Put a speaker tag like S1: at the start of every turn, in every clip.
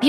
S1: 美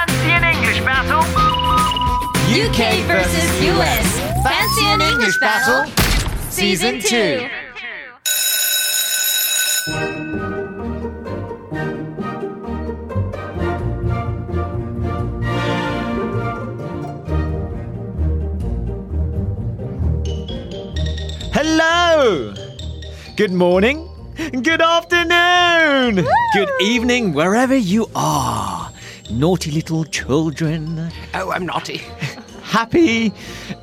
S2: Fancy an English battle.
S3: UK versus
S4: US. Fancy an English battle?
S3: Season 2. Hello! Good morning, good afternoon, good evening, wherever you are. Naughty little children,
S2: Oh, I'm naughty.
S3: happy,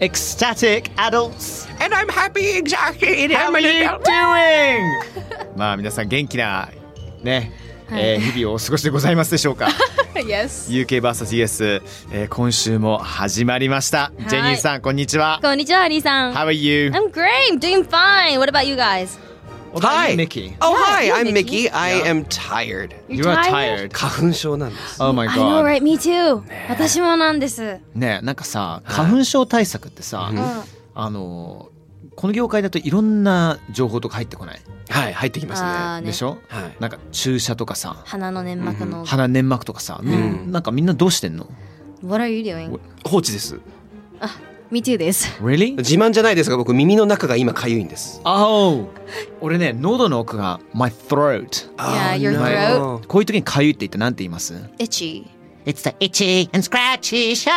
S3: ecstatic adults.
S2: And I'm happy exactly in
S3: How are
S2: Emily.
S3: you doing? まあ皆さん元気なね、えー日々をお過ごしでございますでしょう か
S4: Yes.
S3: UKVSES、えー今週も始まりました、ジェニーさんこんにちは
S4: Konnichiwa, Hari-san.
S3: How are you?
S4: I'm great. I'm doing fine. What about you guys?
S2: Hi.
S3: Mickey
S2: Oh,
S4: Yeah,
S2: hi.
S4: you're
S2: I'm Mickey.
S4: Mickey.
S2: I am tired.
S3: You are tired
S2: 花粉症なんです。
S3: Oh my
S4: I know,
S3: god
S4: right? Me too. 私もなんです。
S3: ねえなんかさ花粉症対策ってさ、あのーこの業界だといろんな情報とか入ってこない、
S2: はい、入ってきますね。
S4: あーね
S3: でしょ、
S2: はい
S3: なんか注射とかさ
S4: 鼻の粘膜の。
S3: 鼻粘膜とかさ、なんかみんなどうしてんの
S4: What are you doing?
S2: 放置です。
S4: Me too です。
S3: ?Really?
S2: 自慢じゃないですが、僕耳の中が今痒いんです。
S3: Oh! 俺ね、喉の奥が my throat。
S4: Yeah, your
S2: なるほ
S4: throat
S2: ど
S3: こういう時にかゆいって言ってなんて言います
S4: itchy.
S3: ?It's the itchy and scratchy show!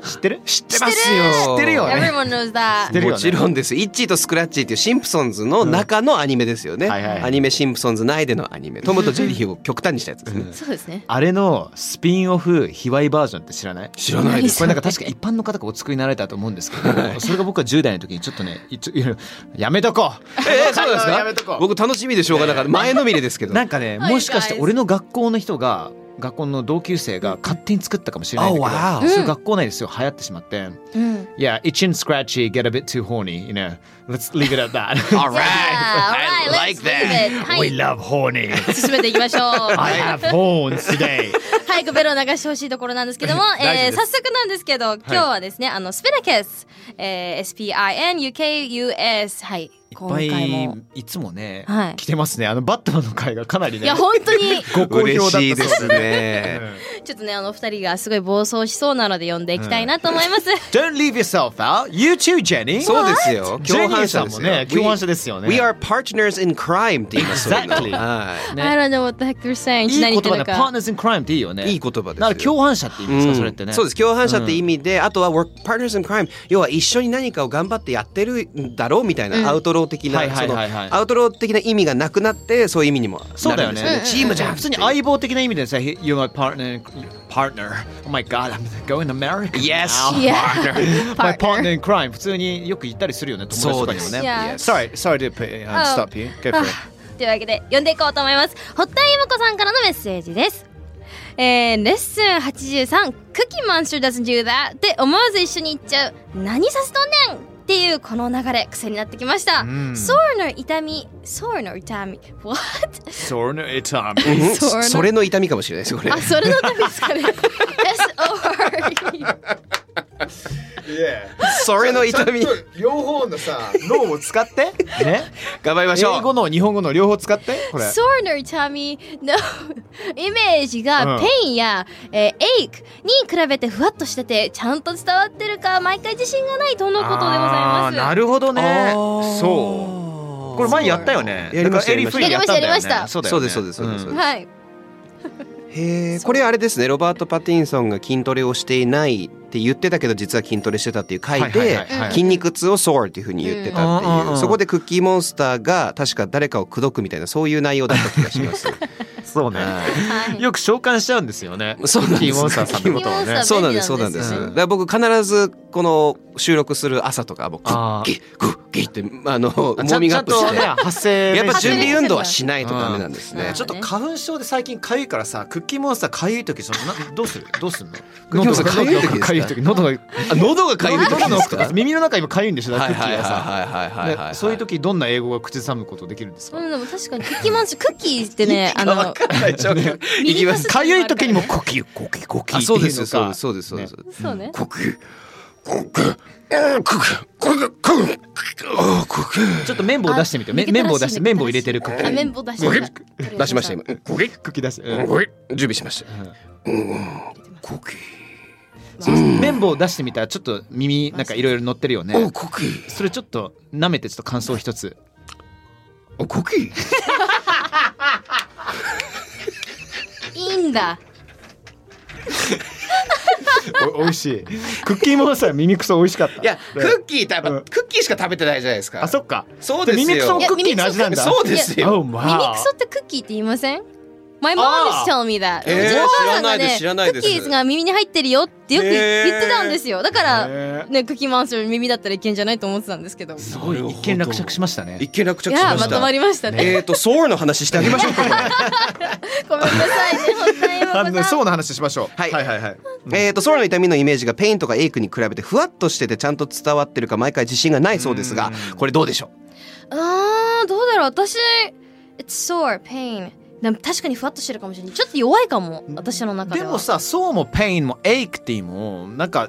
S3: 知ってる知っ
S2: 知ってますよ。
S3: 知ってるよね
S4: Everyone knows that.
S3: てるよね
S2: もちろんです。イッチーとスクラッチーっていうシンプソンズの中のアニメですよね。
S3: うんはいはい
S2: アニメシンプソンズ内でのアニメ。トムとジェリーを極端にしたやつです ね。
S4: そうですね。
S3: あれのスピンオフ卑猥バージョンって知らない
S2: 知らないです
S3: これなんか確か一般の方がお作りになられたと思うんですけど、それが僕は10代の時にちょっとね、いちょいろいろやめとこう
S2: えー、そうなんです
S3: やめとこ
S2: か
S3: う
S2: 僕楽しみでしょうがなかった。前のめりですけど。
S3: なんかね、
S4: Hi,
S3: もしかして俺の学校の人が、学校の同級生が勝手に作ったかもしれないんだ
S2: Oh, wow.
S3: けど、そういう学校内ですよ、流行ってしまって。Yeah, itchy and scratchy get a bit too horny, you know. Let's leave it at that.
S2: All right.
S4: Yeah,
S2: I
S4: alright,
S2: like
S4: let's
S2: that.
S4: leave it.
S3: We
S4: は
S3: love horny.
S4: い。進めていきましょう。
S3: I have horns today.
S4: 早くベロを流してほしいところなんですけども、え
S2: 大
S4: ー、
S2: 丈夫で
S4: 早
S2: す
S4: 速なんですけど、今日はですね、あの、スピナケス、えー、
S3: いっぱ
S4: SPINUKUS、はい、今回
S3: い
S4: も。
S3: いつもね、
S4: はい
S3: 来てますね。あのバットマンの回がかなり
S4: い
S3: ね。
S4: や、本当に、
S3: ご好評だ
S2: 嬉
S3: った
S2: しいです
S3: そう
S2: ね。
S3: です
S4: ちょっとね、あの、二人がすごい暴走しそうなので呼んでいきたいなと思います。
S3: Don't leave yourself out. You too, Jenny.
S2: そうですよ。
S3: What？
S2: 共犯者です
S3: ジェニーさんもね
S2: よ。
S3: 共犯者ですよね
S2: We we are partners in crime って言いますよ。
S3: Exactly
S2: はい。
S4: I don't know what the heck they're saying.
S3: いい
S4: 何
S3: 言
S4: 言って
S3: 葉で
S4: るの
S3: パー
S4: か。
S3: ナーズ・イン・クライムっていいよね。
S2: いい言葉ですよ
S3: だから共犯者って言うんですか、それってね。
S2: そうです共犯者って意味で、あとは work partners in crime 要は一緒に何かを頑張ってやってるんだろうみたいな、アウトロー的な、
S3: はいは
S2: そ
S3: い
S2: の
S3: はいはい
S2: アウトロー的な意味がなくなってそういう意味にもなるんです
S3: そうだよね。
S2: チームじゃん
S3: 普通に相棒的な意味でさ、He- You're my partner, in- partner. Oh my god, I'm going to America.
S2: Yes,
S3: now.
S4: Yeah.
S3: my
S4: Partner.
S3: partner in crime. 普通によく言ったりするよね、友達とかにも
S2: そう
S3: ね。
S2: です
S4: Yeah.
S3: Sorry, sorry to put, uh, stop you. Go for it.
S4: というわけで、呼んでいこうと思います。堀田由子さんからのメッセージです。えー、レッスン83、クキマンス doesn't do that って思わず一緒に言っちゃう、何させとんねんっていうこの流れ、癖になってきました。
S3: ん
S4: ソーの痛み、ソーの痛み、what?
S3: Sorry, no, it's um.
S2: うん
S4: そうな
S2: それの痛みかもしれないですこれ
S4: あ、それのためです かね。SOR。
S2: それの痛み
S3: 両方のさ、脳を使って。 ね。
S2: 頑張りましょう
S3: 英語の日本語の両方使って。これ。
S4: ソーの痛み のイメージ
S3: うん
S4: がペインや、えーエイクに比べてふわっとしててちゃんと伝わってるか毎回自信がないとのことでございま
S3: あ
S4: す
S3: ーなるほどね
S2: あー
S3: そうこれ前やったよね
S2: やりました
S3: だからエリーフリーやったんだよね
S4: やりましたやりま した
S3: そうだよね
S2: そうですそうですそうですそ
S3: ん
S2: うです
S4: はい
S2: へえこれあれですねロバート・パティンソンが筋トレをしていないって言ってたけど実は筋トレしてたっていう回
S3: はいは
S2: で
S3: いはいはい
S2: 筋肉痛をソールっていうふうに言ってたって
S3: うん
S2: いう、
S3: うん
S2: そこでクッキーモンスターが確か誰かを口説くみたいなそういう内容だった気がし ます。
S3: そうね
S4: はい。
S3: よく召喚しちゃうんですよね
S2: そうなんです
S3: キーモンスターさんのことは
S4: キーモン
S3: ね
S4: ス
S2: そうなんですそうなんです。
S3: 便利なん
S2: だか
S3: ですね
S2: ら僕必ずこの収録する朝とか僕クッ
S3: あー
S2: キークッキーってあのウォ
S3: あちゃ
S2: ー
S3: ん
S2: ミング
S3: ち
S2: ア
S3: ゃ
S2: ッ
S3: ん
S2: プし
S3: と
S2: て
S3: ね。発声
S2: やっぱ
S4: 準
S2: 準
S4: 備
S2: 備
S4: 運
S2: 運
S4: 動
S2: 動
S4: は
S2: は
S4: し
S2: し
S4: な
S2: ないいと
S3: とダ
S2: ダ
S3: メ
S2: メ
S3: な
S2: なんん
S3: で
S2: です
S4: ね
S2: ね
S4: ん。
S3: ちょっと花粉症で最近かゆいからさクッキーモンスターかゆい時そのなどうするどうすんの
S2: ッキーモンスター
S3: 喉が
S2: かゆい時
S3: 喉が
S2: あ喉が痒い
S3: 喉
S2: 時
S3: の
S2: です
S3: 奥
S2: か。
S3: とか耳の中今かゆいんでしょだか
S2: はい
S3: らクッキ
S2: はいはい
S3: ーがさ
S2: はいはいはいは
S3: ね
S2: い。
S3: そういう時どんな英語が口ずさむことできるんですか
S4: うんでも確かにクッキーマンスクッキーってねあの
S2: はいちょっと
S4: 右
S2: いきます。
S3: かゆい時にもコキコキコキってい
S2: そ
S3: うのか
S2: うですそうですそうです。
S4: そうね。
S2: コキコキうんコキコキコキあコキ
S3: ちょっと綿棒出してみて
S4: あ
S3: め
S4: 抜けたら
S3: 綿
S4: しい
S3: 棒出して
S4: 抜けたらしい
S3: 綿棒入れてるクッキ
S4: あ
S3: ー
S4: 綿棒出しました。
S2: 出しました今。コキ
S3: クッキー出してうん
S2: コキ準備しました。コキ
S3: 綿棒出してみたらちょっと耳なんかいろいろ乗ってるよね
S2: おコキ
S3: それちょっと舐めてちょっと感想一つ
S2: おコキ
S4: いいんだ。
S3: お いしいクッキーモンスター耳くそ美味しかった
S2: いやクッキーってやっぱクッキーしか食べてないじゃないですか。
S3: あそっか
S2: そうですよ
S3: 耳くそもクッキーの味なんだ
S2: そうですよ。
S3: Oh, wow
S4: 耳くそってクッキーって言いません ?My mom is telling me that.
S2: えー
S4: うちのお母さん
S2: 知
S4: がね
S2: らないです知らないです
S4: クッキーが耳に入ってるよってよく言
S2: えー
S4: 言ってたんですよ。だから、
S3: へー
S4: ね、クッキーマンスの耳だったらいけんじゃないと思ってたんですけど。
S3: すごい一見落着しましたね
S2: 一見落着
S4: い
S2: し
S4: や
S2: ま
S4: ーま
S2: し
S4: とま
S2: た。
S4: りましたね。
S2: えっとソウルの話してあげましょうか。
S4: ごめんなさいね、本当に
S3: あの
S4: 今子さん。
S3: そうの話しましょう
S2: はい
S3: はいはいはい
S2: えー、と空の痛みのイメージがペインとかエイクに比べてふわっとしててちゃんと伝わってるか毎回自信がないそうですがこれどうでしょ
S4: あー、どうだろう。私、It's sore, pain. でも確かにふわっとしてるかもしれない。ちょっと弱いかも、私の中で
S3: で
S4: は。
S3: もさそうもペインもエイクティもなんか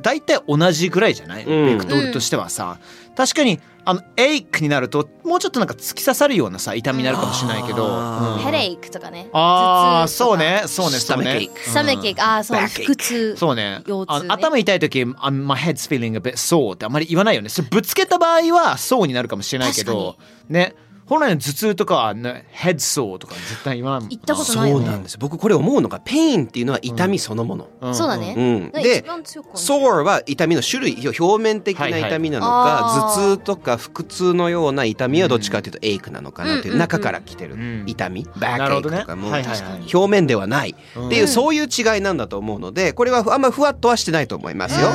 S3: 大体同じぐらいじゃない、
S2: うん
S3: ベクトルとしてはさ、確かにあのエイクになるともうちょっとなんか突き刺さるようなさ痛みになるかもしれないけど、
S2: うん
S3: あ
S2: あ
S4: ヘレイクとかね。
S3: あー
S4: 頭痛とか
S3: そう。ねそうね
S2: ス
S3: そ
S2: タ
S3: う
S2: メケ
S3: ね
S2: イク
S4: サメケああ、そう、
S2: Backache
S4: 腹痛。
S3: そうね
S4: 腰痛
S3: あ
S4: ね
S3: の頭痛い時「I'm- My head's feeling a bit sore」ってあまり言わないよねそれぶつけた場合は「そう」になるかもしれないけどね本来の頭痛とかは、ね「head sore」とか絶対言わん
S4: 行ったこと
S2: そ
S4: ないよ
S2: う
S4: ね。
S2: なんです僕これ思うのがペインっていうのは痛みそのもの、
S3: ん
S4: そうだね
S2: う。ん
S4: ね一
S2: で
S4: 番強くはない
S2: ソウルは痛みの種類表面的な痛みなのか、
S4: はいはいあー
S2: 頭痛とか腹痛のような痛みはどっちかというとエイクなのかなという、
S4: うん
S2: 中から来てる
S3: うん
S2: 痛み、バ
S3: な
S2: ックエ
S3: るほ
S2: イ
S3: ど
S2: ク
S3: ね
S2: とかも、
S3: はいはいはい
S2: 表面ではないっていう、
S3: うん
S2: そういう違いなんだと思うのでこれはあんまふわっとはしてないと思いますよ。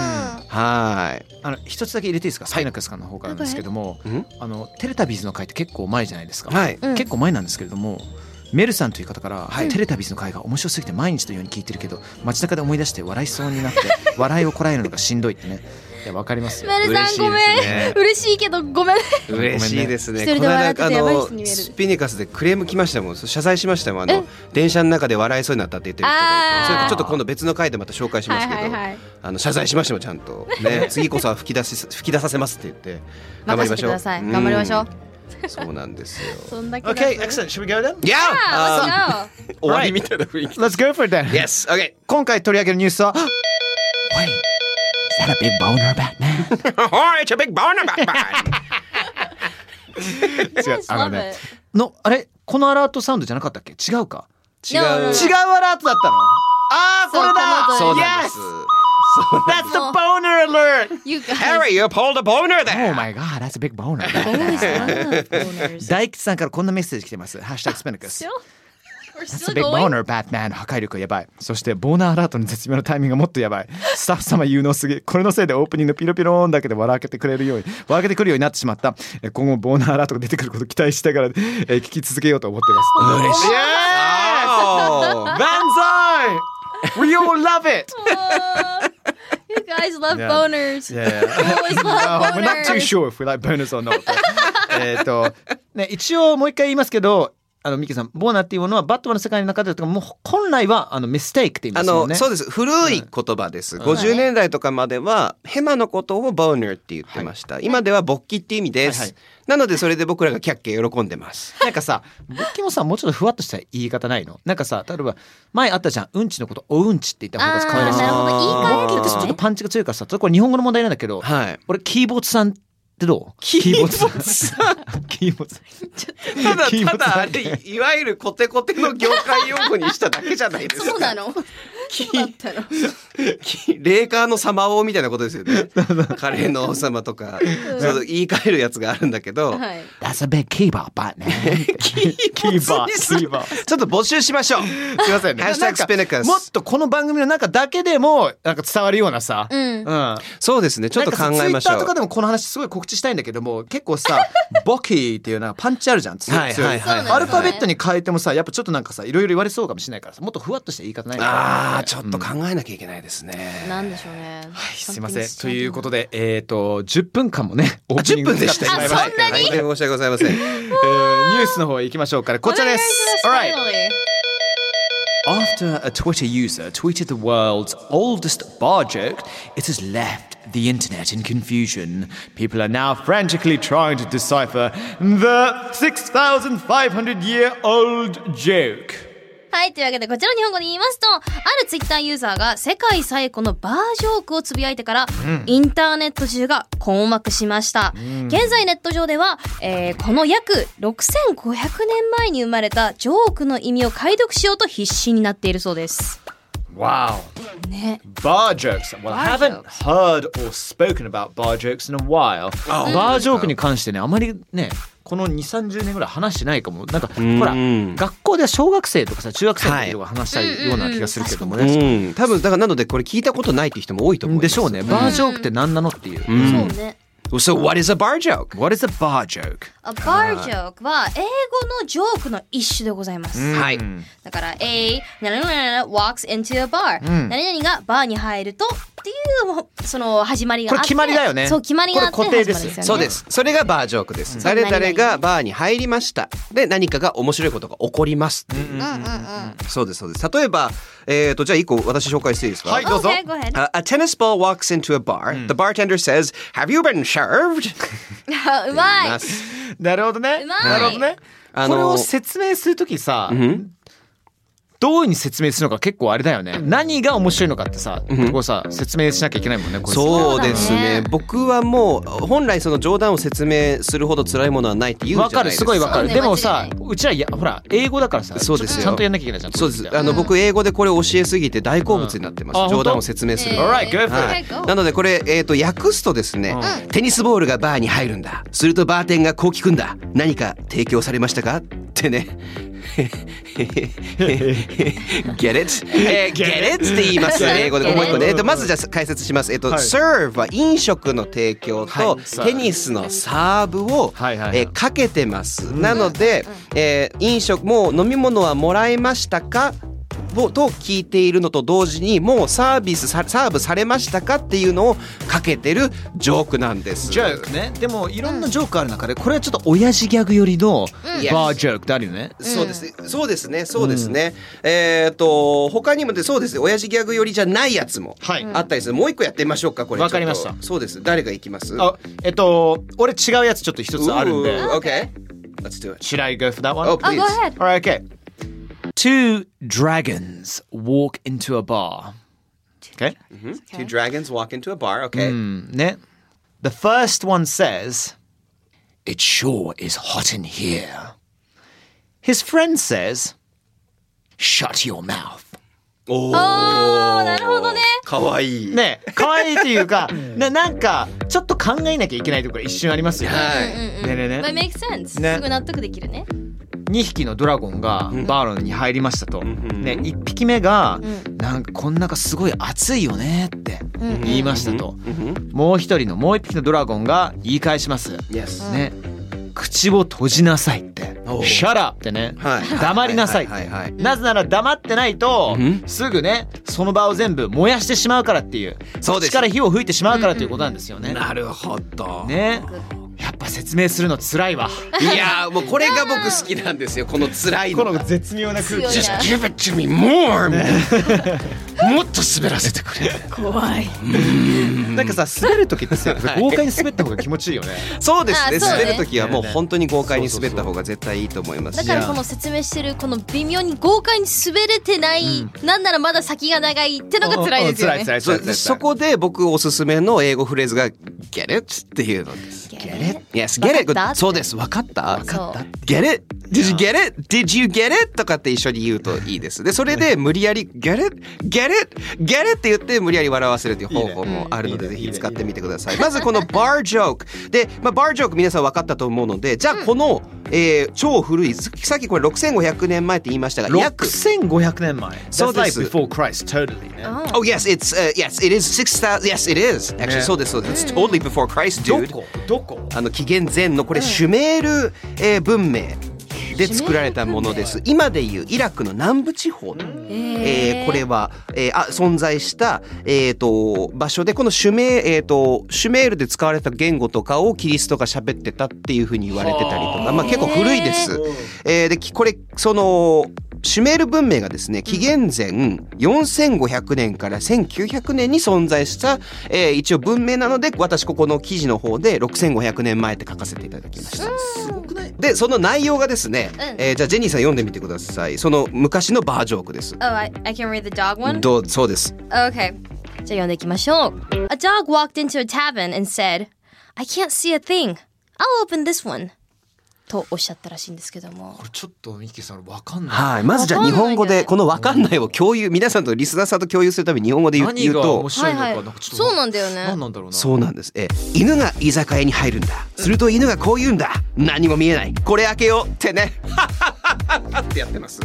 S2: はーい
S3: あの一つだけ入れていいですか、サイナクスさんの方からなんですけども
S2: うん、
S3: あのテレタビーズの回って結構前じゃないですか。
S2: はい
S4: うん
S3: 結構前なんですけれども、メルさんという方から、テレタビーズの回が面白すぎて毎日のように聞いてるけど、街中で思い出して笑いそうになって、笑いをこらえるのがしんどいってね。いやわかります よ。
S4: メルさんごめ
S2: 嬉しいですね
S4: ん。嬉しいけどごめん。
S2: 嬉しいですね。
S4: ごめんね一人で笑ってて
S2: この
S4: やばい
S2: 間
S4: 人に見える
S2: スピニカスでクレーム来ましたもん。謝罪しましたもん。あの電車の中で笑いそうになったって言ってる人がい
S4: あー
S2: て、それちょっと今度別の回でまた紹介しますけど、
S4: い。
S2: あの謝罪しましたもんちゃんと。 ね、次こそは吹き出し吹き出させますって言って頑張りま
S4: 任せて
S2: し
S4: く
S2: ょう。
S4: ださい。頑張りましょう。
S2: うん。そうなんですよ。
S4: そんだけだと。
S3: Okay, excellent. Should we go then?
S2: いやあ
S4: あ
S2: ー終わりみたいな雰囲気。
S3: Let's go for it then.
S2: Yes, okay.
S3: 今回取り上げるニュースは。Wait, is that a big boner, Batman?
S2: Oh, it's a big boner, Batman.
S4: 違う。
S3: あのねの、あれ、このアラートサウンドじゃなかったっけ、違うか。
S2: 違う。
S3: 違うアラートだったの。ああ、これだ。
S2: そうなんです
S3: Yes!。That's the boner alert!
S4: 言うか。
S2: Harry, you pulled a boner there.
S3: Oh my god, that's a big boner.
S4: ー。
S3: 大吉さんからこんなメッセージ来てます。ハッシュタグスペネクス。
S4: We're
S3: That's a
S4: still
S3: big
S4: going.
S3: boner, Batman. 破壊力やばい。そして、ボーナーアラートの絶妙なタイミングがもっとや ばい。スタッフ様有能すぎ。これのせいでオープニングのピロピローンだけで笑わけてくれるように、笑けてくるようになってしまった。えー今後、ボーナーアラートが出てくることを期待したから、えー聞き続けようと思ってます。嬉しい。
S2: Oh.
S3: Banzai! We all love it!
S4: You guys love
S3: Yeah.
S4: boners. Always love
S3: We're not too
S4: boners.
S3: sure if we like bonus or not. えっと、ね、一応もう一回言いますけど、あのミキさん、ボーナーっていうものはバットマンの世界の中でとかもう本来はあのミステイクって言いま
S2: あ
S3: すよ
S2: の、
S3: ね。
S2: そうです古い言葉です、50年代とかまではヘマのことをボーナーって言ってました、今では勃起って意味です、
S3: はいはい
S2: なのでそれで僕らがキャッキャ喜んでます
S3: なんかさ、僕もさ、もうちょっとふわっとした言い方ないのなんかさ、例えば、前あったじゃん、うんちのこと、おうんちって言った方が可愛らしい。
S4: あーなるほど。言い換える
S3: ちょっとパンチが強いからさ、ちょっとこれ日本語の問題なんだけど、
S2: はい
S3: 俺、キーボードさんってどうキーボツキーボツ
S2: た だ
S3: キーボ
S2: た
S3: ツ
S2: だあれいわゆるコテコテの業界用語にしただけじゃないですか。
S4: そうなのそうだったの
S2: きレーカーの様王みたいなことですよね。カレーの王様とか、そう言い換えるやつがあるんだけど、
S4: はい
S3: That's a big keyboard but man キーボーキーボー
S2: ちょっと募集しましょう。
S3: すいませんね
S2: Hashtag
S3: なんか
S2: Spinnakus
S3: もっとこの番組の中だけでもなんか伝わるようなさ、
S4: うん
S3: うん
S2: そうですね。ちょっと考えまし
S3: なんかさツイッ
S2: ょ
S3: ターと
S2: う
S3: か。でもこの話すごい告知したいんだけども結構 さボキーっていうなんかパンチあるじゃん強
S2: はいはいはい
S3: 強
S4: そう
S3: ア
S4: なんで
S3: ル
S4: す
S3: フ
S4: ね
S3: ァベットに変えてもさやっぱちょっとなんかさいろいろ言われそうかもしれないからさもっとふわっとした言い方ないかな
S2: ああ、ちょっと考えなきゃいけないですね。
S4: なんでしょうね
S3: はい すいませんということでえっ、と10分間もねオープニング
S2: 10分でした
S3: 使ってしまいました
S2: 大変申し訳ございません。
S3: えーニュースの方へ行きましょうからこちらです Alright. After a Twitter user tweeted the world's oldest bar joke, it has left the internet in confusion. People are now frantically trying to decipher the 6,500 year old joke.
S4: はいというわけでこちらの日本語で言いますとあるツイッターユーザーが世界最古のバージョークをつぶやいてから、インターネット中が困惑しました、現在ネット上では、えーこの約6500年前に生まれたジョークの意味を解読しようと必死になっているそうです
S3: Wow.
S4: ね
S3: Bar jokes. Well, I
S4: Bar
S3: haven't
S4: jokes.
S3: heard or spoken about bar jokes in a while.
S2: Oh.
S3: バージョークに関してね、あまりね、この2、30年ぐらい話してないかも。なんか、ほら、
S2: うん
S3: 学校では小学生とかさ、中学生の時とか話したよ うな気がするけどもね。
S2: うん、多分だからなのでこれ聞いたことないっていう人も多いと思います。
S3: でしょうね。バージョークって何なのっていう。
S4: そうね
S2: So what is a bar joke?
S3: What is a bar joke?
S4: あバージョークは英語のジョークの一種でございます、
S2: はい。
S4: だから A 何々々 walks into a bar、何々がバーに入るとっていうその始まりがあって
S3: これ決まりだよね
S4: そう決まりがあって
S3: これ固定ですよ
S4: 始まるん
S2: そうですす。それがバージョークです。誰々がバーに入りました。で、何かが面白いことが起こりますっていう。そうです、そうです。例えば、えっ、と、じゃあ一個私紹介していいですか
S3: はいどうぞ
S4: Okay, go ahead.
S2: Uh, a tennis ball walks into a bar. The bartender says, Have you been served?
S4: うまい
S2: ます
S3: なるほどね。
S4: うまい
S3: なるほどね。
S2: あの
S3: これを説明するときさ、どういうふうに説明するのか結構あれだよね。何が面白いのかってさ、ここさ説明しなきゃいけないもんね。これ
S2: そうです
S4: そうだ
S2: ね
S4: ね
S2: 僕はもう本来その冗談を説明するほど辛いものはないって言うじゃない
S3: わ
S2: ですか
S3: かるすごいわかる。
S4: そう
S3: で
S4: ね
S3: もさ
S4: 間違い、
S3: うちらいやほら英語だからさ、
S2: そうですよ
S3: ちゃんとやんなきゃいけないじゃん。
S2: そうですあの僕英語でこれ教えすぎて大好物になってま
S3: うんあ
S2: す冗談
S3: 本当
S2: を説明する
S4: えー
S3: Alright, go for it.
S2: はい
S4: Okay, go.
S2: なのでこれ、えー、と訳すとですね、テニスボールがバーに入るんだするとバーテンがこう聞くんだ何か提供されましたかってね Get it?、えー Get it? って言いますよね英語で
S4: Get it.
S2: もう一個ね、えーとまずじゃあ解説します、えーと Serve は飲食の提供と、
S3: はい
S2: テニスのサーブを、
S3: はいはいはい
S2: えーかけてます、なので、えー飲食もう飲み物はもらえましたかをと聞いているのと同時にもうサービスさサーブされましたかっていうのをかけてるジョークなんです
S3: ジョークね。でもいろんなジョークある中で、これはちょっと親父ギャグ寄りのバージョークってあるよね。
S2: そうですね、そうですね、そうですね。えっ、と他にもでそうですね、親父ギャグ寄りじゃないやつも
S3: はい
S2: あったりする。もう一個やってみましょうかこれ。
S3: わかりました
S2: ちょっとそうです。誰が行きます？
S3: あ、えっと、俺違うやつちょっと一つあるんで。
S2: Ooh, Okay. Let's do it.
S3: Should I go for that one?
S2: Oh, please.
S4: go ahead.
S3: All right, okay. Two dragons walk into a bar. Okay.
S2: Two dragons walk into a bar. Okay.
S3: Ne? The first one says, It sure is hot in here. His friend says, Shut your mouth.
S2: おお。
S4: あーなるほどね
S2: 可愛い。
S3: ねえ、可愛いというか、ななんか、ちょっと考えなきゃいけないところ一瞬ありますよね。
S2: はい。
S3: ねえねえね
S4: But it makes sense、
S3: ね
S4: すぐ納得できるね
S3: 2匹のドラゴンがバーロンに入りましたと、ね、1匹目が「なんかこん中すごい暑いよね」って言いましたと、もう1人のもう1匹のドラゴンが言い返します、
S2: Yes.
S3: ね口を閉じなさいって
S2: お
S3: 「
S2: う
S3: シャラ!」ってね、
S2: はい
S3: 黙りなさいって、
S2: はいはいはいはい
S3: なぜなら黙ってないと、
S2: うん
S3: すぐねその場を全部燃やしてしまうからっていう
S2: そうです
S3: 口から火を吹いてしまうからということなんですよね、
S2: なるほど。
S3: ねやっぱ説明するの辛い わ
S2: いやーもうこれが僕好きなんですよ。この辛いのが。
S3: 絶妙な
S4: 強いな
S2: Just give it to me more. もっと滑らせ てくれ。
S4: 怖い
S3: なんかさ滑る時って さ豪快に滑った方が気持ちいい よね。
S2: そうですね
S4: あそうね
S2: 滑る時はもう本当に豪快に滑った方が絶対いいと思います
S4: だ
S2: し
S4: からこの説明してるこの微妙に豪快に滑れてない、なんならまだ先が長いってのが辛いですよ
S3: 辛
S4: ね
S3: い辛い
S2: そ
S3: 辛
S2: う
S3: い辛い。
S2: そこで僕おすすめの英語フレーズが「get it」っていうのです。 Get it? Yes, get
S4: わかっ
S2: it.
S4: た
S2: そうです。わかった。
S4: そう
S2: Get it? Did you get it? Did you get it? とかって一緒に言うといいです。で、それで無理やり Get it? Get it? Get it? って言って無理やり笑わせるという方法もあるので、
S3: いいね
S2: ぜ
S3: いいね
S2: ひ使ってみてください。まずこの bar joke。で、まあ、bar joke 皆さんわかったと思うので、じゃあこの、えー超古い、さっきこれ6500年前って言いましたが、約
S3: 6500年前。
S2: そうです
S3: That's like before Christ, totally ね。
S2: Oh yes, it's uh, yes, it is six thousand. Yes, it is actually.
S3: ね
S2: そうですそうです。It's totally before Christ,
S3: ど
S2: dude.
S3: こどこ
S2: あの紀元前のこれシュメール、えー文明で作られたものです。今でいうイラクの南部地方の、えーこれは、えーあ存在した、えー、と場所でこのシュメ,、えー、とシュメールで使われた言語とかをキリストが喋ってたっていうふうに言われてたりとか、まあ、結構古いです。えーできこれそのシュメール文明がですね紀元前4500年から1900年に存在した、えー一応文明なので私ここの記事の方で6500年前って書かせていただきました。でその内容がですね、
S4: うん
S2: えーじゃあジェニーさん読んでみてくださいその昔のバージョークです。
S4: Oh, I, I can read the dog one?
S2: どうそうです。
S4: Okay. じゃあ読んでいきましょう。A dog walked into a tavern and said, I can't see a thing. I'll open this one. とおっしゃったらしいんですけども。
S3: ちょっとミッキーさんわかんない。
S2: はいまずじゃあ日本語でこの「わかんない」を共有皆さんとリスナーさんと共有するために日本語で言う
S3: 何
S2: 言う
S3: が
S2: と
S3: 面白いの
S4: は
S3: か
S4: いはい
S3: なんかちょっと
S4: そうなんだよね
S3: 何なんだろうな。
S2: そうなんです。え、犬が居酒屋に入るんだ。すると犬がこう言うんだ。何も見えない。これ開けようってね。ってやってます。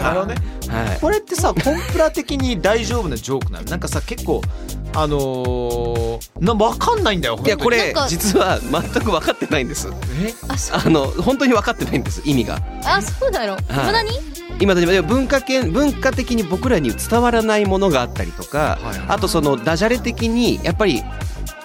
S3: なるほどね。
S2: はい。
S3: これってさコンプラ的に大丈夫なジョークなのなんかさ結構あのー、なわかんないんだよ
S2: いやこ
S3: れ
S2: れ
S4: なんか
S2: 実は全く分かってないんです。
S3: え
S4: あ、そ
S2: あの本当に分かってないんです意味が。
S4: あそうなの。無駄に
S2: 今でも文化圏文化的に僕らに伝わらないものがあったりとか、
S3: はいはい
S2: あとそのダジャレ的にやっぱり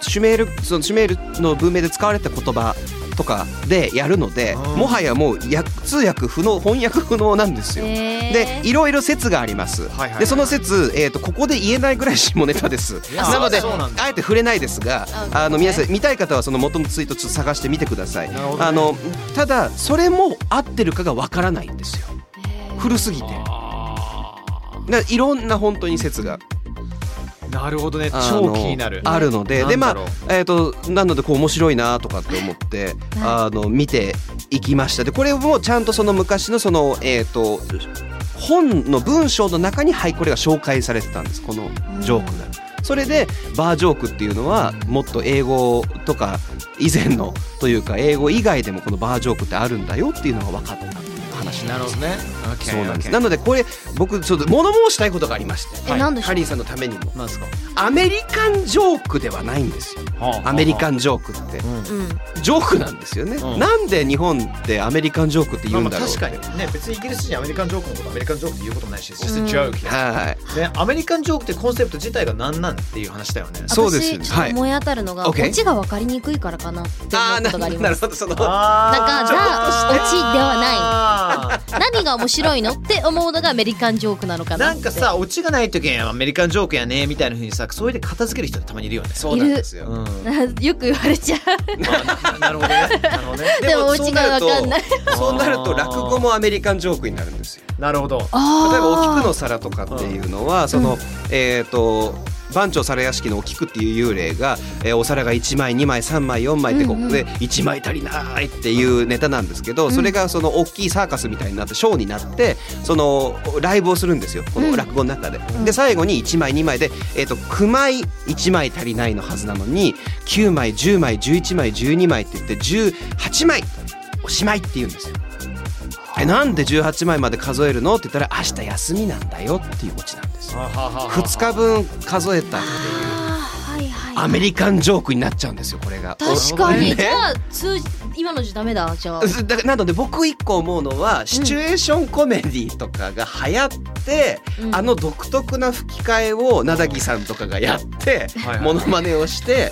S2: シュメールそのシュメールの文明で使われた言葉とかでやるので、
S3: うん
S2: もはやもう訳通訳不能翻訳不能なんですよ。
S4: えー
S2: でいろいろ説があります、
S3: はいはい
S2: でその説、えー、とここで言えないぐらい下ネタです
S3: いや
S2: なので
S3: そうなんだ
S2: あえて触れないですが
S4: あ
S2: あの
S4: そうね
S2: 皆さん見たい方はその元のツイートちょっと探してみてください、
S3: なるほどね
S2: あのただそれも合ってるかがわからないんですよ古すぎてだからいろんな本当に説が
S3: なるほどね
S2: あ
S3: 超
S2: の
S3: 気になる
S2: あるのででま
S3: なんだ
S2: あ
S3: ろう
S2: えー、となのでこう面白いなとかって思って、あの見ていきましたでこれもちゃんとその昔のそのえっ、と本の文章の中にはいこれが紹介されてたんですこのジョークが、それでバージョークっていうのはもっと英語とか以前のというか英語以外でもこのバージョークってあるんだよっていうのが分かった話
S3: なるほどね
S2: そうなんです。な
S3: な
S2: のでこれ僕ちょっと物申したいことがありまして、
S4: えなんでしょう
S2: ハリーさんのためにも
S3: なんですか
S2: アメリカンジョークではないんですよ。アメリカ
S3: ン
S2: ンジョークって
S4: うん。
S2: ジョークなんですよね。
S3: うん
S2: なんで日本ってアメリカンジョークって言うんだろう。
S3: 確かにね別にイギリス人アメリカンジョークのことアメリカンジョークって言うことないし just a joke ね
S2: はい。
S3: ねアメリカンジョークってコンセプト自体が何なんっていう話だよね
S2: そうですよね
S4: 私ちょっと思い当たるのが、
S2: はい OK
S4: オチが分かりにくいからかなって思
S2: ああ
S4: うこ
S2: な
S4: とがあり
S2: な
S4: ま
S2: る
S4: す。
S2: ほどその。
S3: あー
S4: だか
S3: ちょっ
S4: ら
S3: として
S4: オチではない
S3: あー
S4: 何が面白いのって思うのがアメリカンジョークなのかな
S3: な
S4: って。
S3: んかさオチがない時にアメリカンジョークやねみたいな風にさそういうで片付ける人ってたまにいるよね
S2: そうなんですよ。
S3: ん、
S4: よく言われちゃう。
S3: なるほど ね。なるほどね。
S4: でもオチが分かんない。
S2: そうなると落語もアメリカンジョークになるんですよ。
S3: なるほど。
S4: あー
S2: 例えばお菊の皿とかっていうのはそのえっと番長皿屋敷のお菊っていう幽霊が、えーお皿が1枚2枚3枚4枚ってここで1枚足りないっていうネタなんですけどそれがその大きいサーカスみたいになってショーになってそのライブをするんですよこの落語の中で。で最後に1枚2枚で、えー、と9枚1枚足りないのはずなのに9枚10枚11枚12枚って言って18枚おしまいって言うんですよ。えなんで18枚まで数えるのって言ったら明日休みなんだよっていうオチなんです2日分数えた
S4: あーはいはい
S2: アメリカンジョークになっちゃうんですよこれが
S4: 確か
S2: ね
S4: に、じゃあ通じ今の字ダメだじゃあ
S2: すだからなので僕一個思うのはシチュエーションコメディとかが流行って、
S4: うん
S2: あの独特な吹き替えをなだぎさんとかがやって
S3: はいはい
S2: モノマネをして、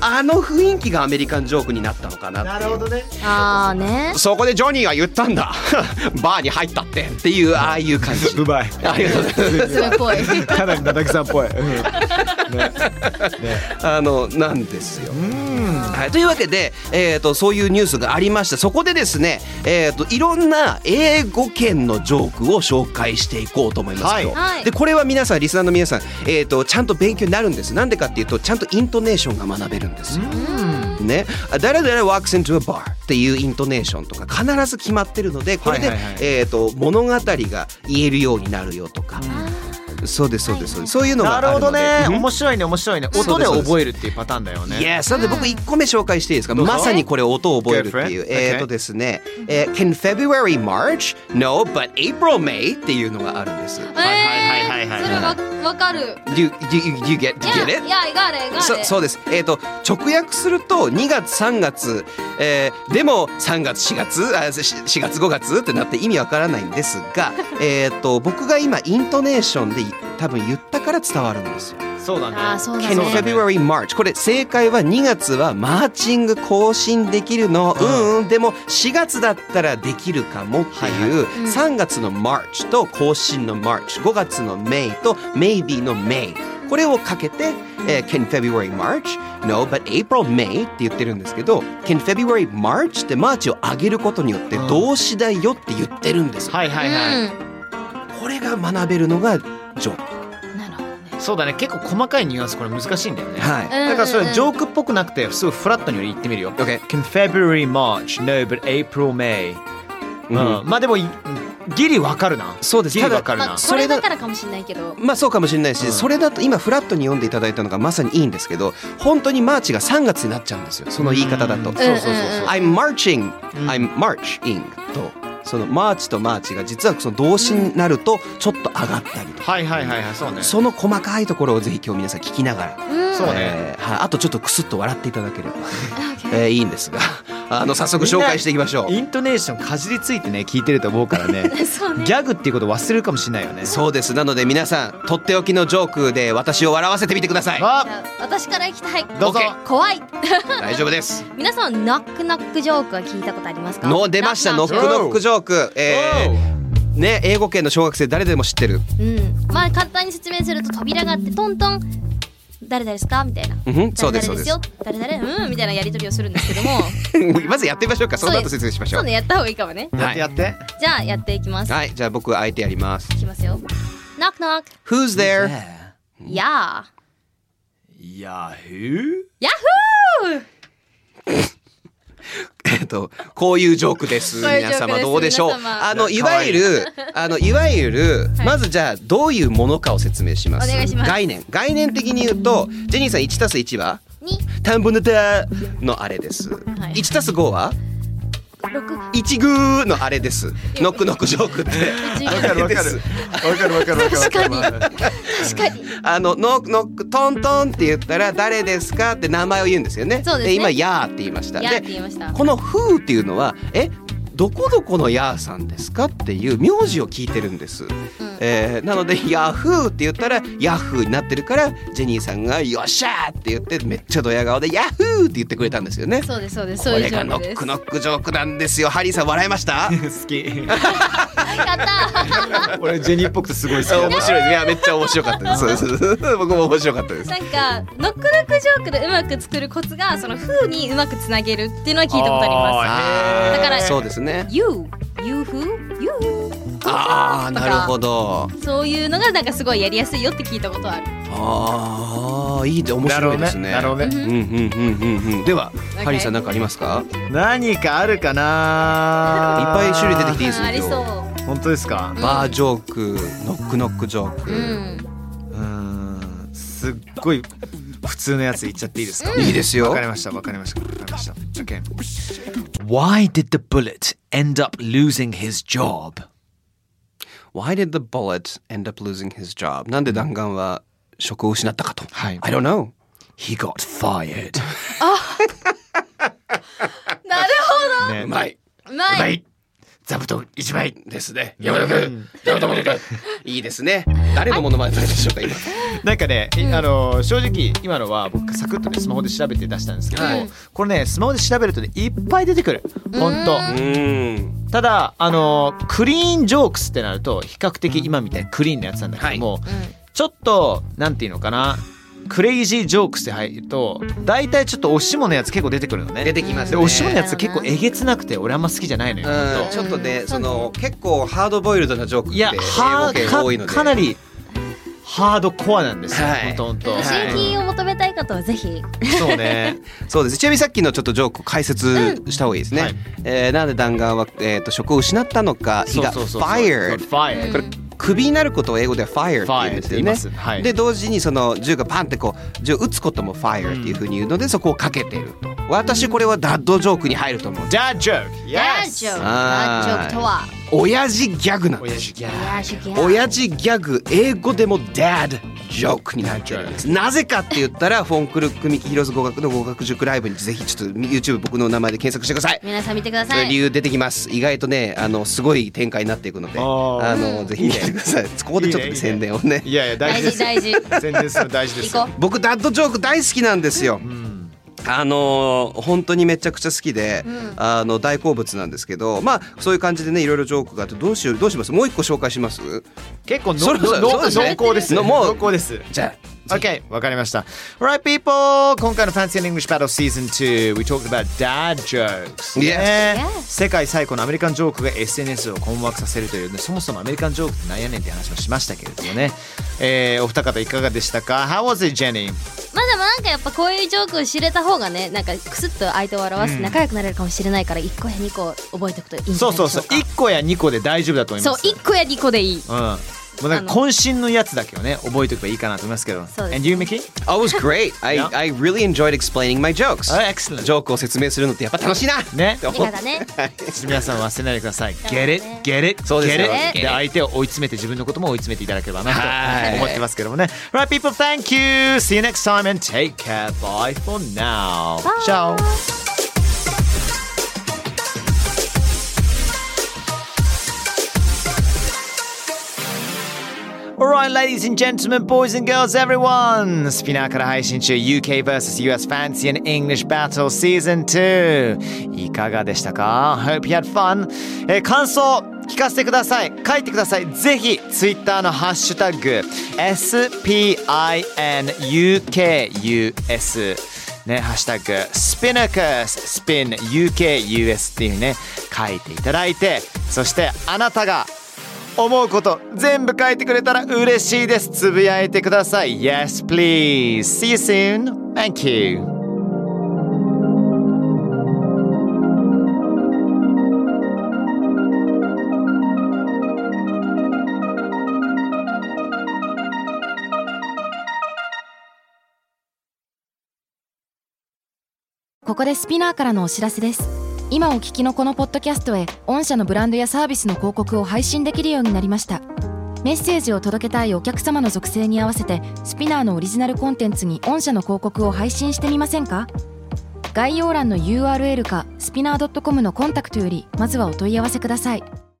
S2: あの雰囲気がアメリカンジョークになったのかなっていう
S3: なるほどね。
S4: ああね
S2: そこでジョニーが言ったんだ バーに入ったってっていうああいう感じ
S3: うまい。
S2: ありがとうございます
S4: それっぽい
S3: かなり七木さんっぽい。うんねね
S2: あのなんですよ。
S3: うん
S2: はい、というわけで、えー、とそういうニュースがありましたそこでですね、えー、といろんな英語圏のジョークを紹介していこうと思いますよ、
S4: はいはい
S2: でこれは皆さんリスナーの皆さん、えー、とちゃんと勉強になるんですなんでかっていうとちゃんとイントネーションが学べるんですよ。ね、誰々 walks into a bar っていうイントネーションとか必ず決まってるのでこれで、
S3: はいはいはい
S2: えー、と物語が言えるようになるよとか、そうですそうですそうですそういうのがあ
S3: な
S2: る
S3: るほ
S2: の
S3: ど
S2: で
S3: ね
S2: うん
S3: 面白いね面白いね
S2: そ
S3: 音
S2: う
S3: で
S2: です
S3: 覚えるっていうパターンだよね
S2: Yes なんで僕1個目紹介していいですか、
S3: どうぞ
S2: まさにこれ音を覚えるっていう
S3: Girlfriend?
S2: え
S3: Okay.
S2: っとですね、えー Can February March? No, but April May っていうのがあるんです
S4: えー、はい
S3: はいはいはいはい
S4: それわわかる。
S2: Do you, do you, do you get, do you get it?
S4: いや、いや、ガレガレ。
S2: そそうです、えー、と直訳すると2月3月、えーでも3月4月あし4月5月ってなって意味わからないんですが えーと僕が今イントネーションで多分言ったから伝わるんですよ。
S3: そうだね
S4: あー、そうだ
S2: Can
S4: ね。
S2: February March これ正解は2月はマーチング更新できるのうんうんでも4月だったらできるかもっていう3月の March と更新の March5 月の May と Maybe の May これをかけて、えー Can February March? No, but April May って言ってるんですけど Can February March ってマーチを上げることによって
S3: うん
S2: 動詞だよって言ってるんですよ
S3: はいはいはい、
S2: これが学べるのがジョーク
S4: うん。なるほどね。
S3: そうだね結構細かいニュアンスこれ難しいんだよね、
S2: はい
S4: うん
S3: だからそれはジョークっぽくなくてすごいフラットに言ってみるよ
S2: OK
S3: Can February, March, no, but April, May、うん、まあでもいギリわかるな
S2: そうです
S3: ギリわかる
S4: ま
S3: な
S4: あ、
S2: そ
S4: これ
S2: れだ
S4: だからかもしれないけど。
S2: まあそうかもしれないし、
S3: うん
S2: それだと今フラットに読んでいただいたのがまさにいいんですけど本当にマーチが3月になっちゃうんですよその言い方だと。
S3: うんそうそうそうそう、
S2: I'm marching,
S3: うん
S2: I'm marching とそのマーチとマーチが実はその動詞になるとちょっと上がったりとか、
S3: はいはいはいはいそうね
S2: その細かいところをぜひ今日皆さん聞きながら、
S4: うん。
S3: そうね
S2: えーはいあとちょっとクスッと笑っていただければ、えーいいんですがあの早速紹介していきましょう。
S3: イントネーションかじりついてね聞いてると思うからね
S4: そうね。
S3: ギャグっていうこと忘れるかもしれないよね
S2: そうですなので皆さんとっておきのジョークで私を笑わせてみてください
S4: じ
S3: あ
S4: ゃあ私から行きたい。
S3: どうぞ
S4: OK 怖い。
S2: 大丈夫です
S4: 皆さん、ノックノックジョークは聞いたことありますか
S2: の出ましたノック
S3: ク
S2: ノックジョーク、えーね英語圏の小学生誰でも知ってる、
S4: うん。まあ、簡単に説明すると、扉があって、トントン。誰々ですかみたいな。
S2: うんふん、そうですそう
S4: 誰
S2: で
S4: 々です
S2: す
S4: よ。誰々うんみたいなやりとりをするんですけ ども。
S2: まずやってみましょうかその後説明しましょ
S4: そう
S2: う
S4: ね、やった方がいいかもね。
S3: やってやって、
S4: じゃあ、やっていきます。
S2: はいじゃあ僕相手やります
S4: いきますよ。ノックノック。
S2: Who's there?
S4: やあ。
S3: ヤフー
S4: ヤッフー
S2: えっとこういうジョークです
S4: こういうジョ
S2: 皆
S4: ークです
S2: 様どうでしょう
S4: 皆様
S2: あのいわゆ るあのいわゆる
S4: はい
S2: まずじゃあどういうものかを説明します
S4: お願いします
S2: 概念概念的に言うとジェニーさん1たす1は
S4: に
S2: 田んぼの田のあれです
S4: い
S2: 1たす5は
S4: 六
S2: 一グーのあれですノックノックジョークって
S4: わか
S2: あれです
S3: わかるわかるわかるわかるわかる
S4: 確かに。
S2: あのノックノックトントンって言ったら誰ですかって名前を言うんですよね。
S4: そうですね
S2: 今ヤーって言いました。
S4: やーって
S2: で
S4: 言いました。
S2: このフーっていうのはえどこどこのヤーさんですかっていう名字を聞いてるんです。えーなのでヤフーって言ったらヤフーになってるからジェニーさんがよっしゃーって言ってめっちゃドヤ顔でヤフーって言ってくれたんですよね。
S4: そうですそうです。
S2: こ
S4: そういう
S2: れ
S4: ジョ
S2: が
S4: ー
S2: ノ
S4: ク
S2: ッ
S4: です。
S2: クノックジョークなんですよ。ハリーさん笑いま した。
S3: 好き
S4: やったー。
S3: 俺ジェニーっぽくてすごい好きだ
S2: 面白い。いやめっちゃ面白かったです。そう そうそう僕も面白かったです。
S4: なんかノックノックジョークでうまく作るコツがその風にうまくつなげるっていうのは聞いたことありま
S2: あー
S4: だから
S2: そうですね
S4: す。You you who you who
S2: ああなるほど
S4: そういうのがなんかすごいやりやすいよって聞いたことある。
S2: ああいいで面白いですね
S3: なるほどねなるほどね
S2: うんうんうんうんうんでは、ハリーさん何かありますかいっ
S3: 何かあるかない
S2: ぱい種類出てきていいです
S4: あ
S2: よ
S4: り
S2: 今
S4: そう
S2: 日。
S3: 本当ですか
S2: バージョークノックノックジョー
S4: う
S2: ク、
S4: ん。
S3: うーんすっごい普通のやつ言っちゃっていいですか
S2: いいです
S3: わ
S2: よ
S3: かりましたわかりましたわかりました OK Why did the bullet end up losing his job?
S2: Why did the bullet end up losing his job なんで弾丸は職を失ったかと、
S3: はい
S2: I don't know
S3: He got fired
S4: なる
S2: う
S3: ね
S2: まいう
S4: ほど。うまい。
S3: 座布団一枚
S2: ですね山田君山田君いいですね誰のものまねでしょうか今
S3: なんかね、いあの正直今のは僕サクッとねスマホで調べて出したんですけど、
S2: はい
S3: これねスマホで調べるとねいっぱい出てくる本当
S2: うーん
S3: ただあのクリーンジョークスってなると比較的今みたいにクリーンなやつなんだけども、ちょっとなんていうのかなクレイジージョークスで入ると大体ちょっとおしものやつ結構出てくるのね
S2: 出てきます
S3: で
S2: ね
S3: おしものやつ結構えげつなくて俺あんま好きじゃないのよ
S2: う
S3: ほ
S2: ん
S3: ん
S2: ちょっとねその結構ハードボイルドなジョークっ
S3: と
S2: て
S3: いや
S2: 英
S3: は
S2: 語系が多いの
S3: か
S2: で
S3: かなりハードコアなんですよ、
S2: はい
S3: ほんとほんと
S2: はい
S4: 刺激を求めたい方はぜひ
S3: そうね
S2: そうですちなみにさっきのちょっとジョークを解説した方がいいですね、
S3: はい
S2: えーなんで弾丸は、えー、と職を失ったのか he
S3: そう
S2: got
S3: そうそう
S2: fired
S3: ファイア
S2: これクビになることを英語では fire って
S3: ファ
S2: 言うん
S3: イア
S2: で
S3: っ
S2: す
S3: て
S2: よ
S3: 言い
S2: ね
S3: ますはい
S2: で同時にその銃がパンってこう銃を撃つことも fire っていうふうに言うのでそこをかけてると私これはダッドジョークに入ると思う
S3: ダッジョークイエ
S4: ラ
S3: ス
S4: ジオラ
S2: あー
S4: ジオとは
S2: 親父ギャグなんです
S3: 親父ギャー
S4: ラジオ
S2: 親父ギャグ英語でも dad ジョークになってるんですなぜかって言ったらフォンクル組木広津語学の語学塾ライブにぜひちょっと YouTube 僕の名前で検索してください
S4: 皆さん見てくだ
S2: そ
S4: さ
S2: れ理
S4: い
S2: 由出てきます意外とねあのすごい展開になっていくので
S3: あ
S2: あ
S3: ー
S2: のぜひ見てくだ さいここでちょっとね
S3: いいねいいね
S2: 宣伝をね
S3: いやいや大
S4: 大
S3: 事で
S4: 事
S3: す
S4: 大事
S3: 全然それ大事です
S4: 行こ
S2: 僕ダッドジョーク大好きなんですよ、
S3: うん
S2: あのー本当にめちゃくちゃ好きで、あの大好物なんですけどまあそういう感じでねいろいろジョークがあってどうしようどうしますもう一個紹介します
S3: 結構の
S2: そろそろ
S3: の
S2: そうですね
S3: 濃厚です
S2: のもう
S3: 濃厚です
S2: じゃ
S3: Okay, わかりました。Alright, people! 今回の Fancy and English Battle Season 2 We talked about dad
S2: Yes.
S3: jokes. ね
S4: Yes.
S3: 世界最古のアメリカンジョークが SNS を困惑させるというね、そもそもアメリカンジョークってなんやねんって話もしましたけれどもね。えー、お二方いかがでしたか ?How was it, Jenny?
S4: まあでもなんかやっぱこういうジョークを知れた方がねなんかクスッと相手を表す仲良くなれるかもしれないから1個や2個覚えておくといいんじゃ
S3: そ
S4: な
S3: う
S4: いでしょ
S3: そう
S4: か
S3: そう。1個や2個で大丈夫だと思い
S4: そう
S3: ます。
S4: 1個や2個でいい
S3: うん。もうなんか渾身のやつだけをね、覚えておけばいいかなと思いますけど。
S4: そうです
S3: And you, Mickey?
S2: I was great I,
S3: Yeah.
S2: I really enjoyed explaining my jokes、
S3: Oh, excellent.
S2: ジョークを説明するのってやっぱ楽しいな
S3: ね
S2: って思
S4: 今
S2: っ
S4: だね
S3: 皆さん忘れないでください。Get it, get it,
S2: そうですよ
S3: get it.
S2: Get
S3: で、相手を追い詰めて自分のことも追い詰めていただければな
S2: はい
S3: と思ってますけどもね。Right, people, thank you. See you next time and take care. Bye for now. Ciao. Alright, ladies and gentlemen, boys and girls, everyone! スピナーから配信中 UK vs.US Fancy and English Battle Season 2! いかがでしたか ?Hope you had fun! えー感想聞かせてください書いてくださいぜひ Twitter のハッシュタグ SPINUKUS ね、ハッシュタグ、スピナカス、スピン、UKUS っていうね、書いていただいて、そしてあなたが思うこと全部書いてくれたら嬉しいです。つぶやいてください。Yes, please. See you soon. Thank you.